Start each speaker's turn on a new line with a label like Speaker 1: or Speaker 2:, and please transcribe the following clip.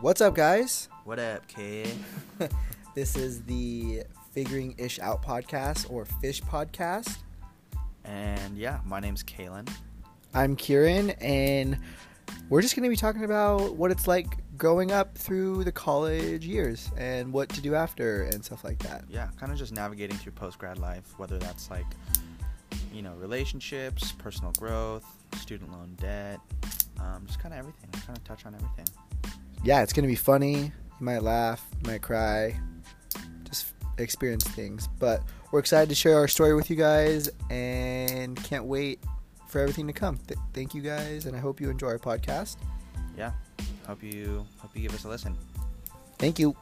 Speaker 1: What's up, guys?
Speaker 2: What up, kid?
Speaker 1: This is the Figuring Ish Out podcast or Fish podcast.
Speaker 2: And yeah, my name's Kalen.
Speaker 1: I'm Kieran, and we're just going to be talking about what it's like growing up through the college years and what to do after and stuff like that.
Speaker 2: Yeah, kind of just navigating through post grad life, whether that's like, you know, relationships, personal growth, student loan debt, um, just kind of everything. Kind of touch on everything.
Speaker 1: Yeah, it's going to be funny. You might laugh, you might cry, just experience things. But we're excited to share our story with you guys and can't wait for everything to come. Th- thank you guys, and I hope you enjoy our podcast.
Speaker 2: Yeah, hope you hope you give us a listen.
Speaker 1: Thank you.